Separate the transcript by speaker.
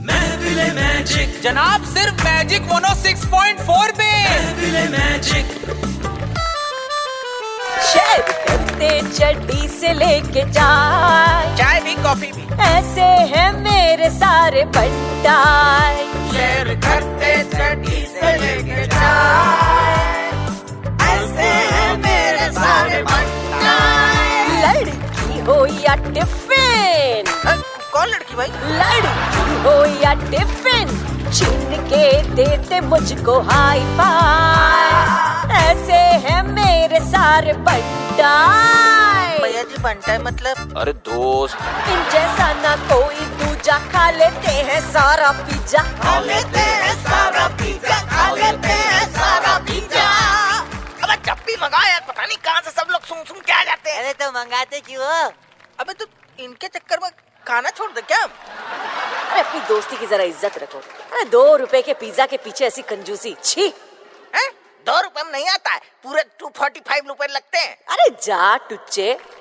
Speaker 1: महफिल मैजिक
Speaker 2: जनाब सिर्फ मैजिक मोनो 6.4 पे
Speaker 1: महफिल मैजिक
Speaker 3: शहर करते चड्डी से लेके चाय
Speaker 2: चाय भी कॉफी भी
Speaker 3: ऐसे है मेरे सारे भंडार
Speaker 2: शेर करते चड्डी से लेके चाय ऐसे हैं मेरे सारे भंडार।
Speaker 3: लड़की हो या टिफिन
Speaker 2: अ, कौन लड़की भाई
Speaker 3: लड़की हो या टिफिन छीन के देते मुझको हाई फाई ऐसे है मेरे सारे भंडार
Speaker 2: भैया जी बनता है मतलब
Speaker 4: अरे दोस्त
Speaker 3: इन जैसा ना कोई पूजा खा लेते हैं सारा पिज्जा खा लेते हैं सारा पिज्जा खा लेते हैं सारा पिज्जा
Speaker 2: अब जब भी मंगाओ यार पता नहीं कहाँ से सब लोग सुन सुन के आ जाते हैं
Speaker 5: अरे तो मंगाते क्यों हो?
Speaker 2: अबे तो इनके चक्कर में खाना छोड़ दे क्या
Speaker 3: अरे अपनी दोस्ती की जरा इज्जत रखो अरे दो रुपए के पिज्जा के पीछे ऐसी कंजूसी छी
Speaker 2: हैं? दो रुपए में नहीं आता है पूरे टू फोर्टी फाइव रुपए लगते हैं
Speaker 3: अरे जा टुच्चे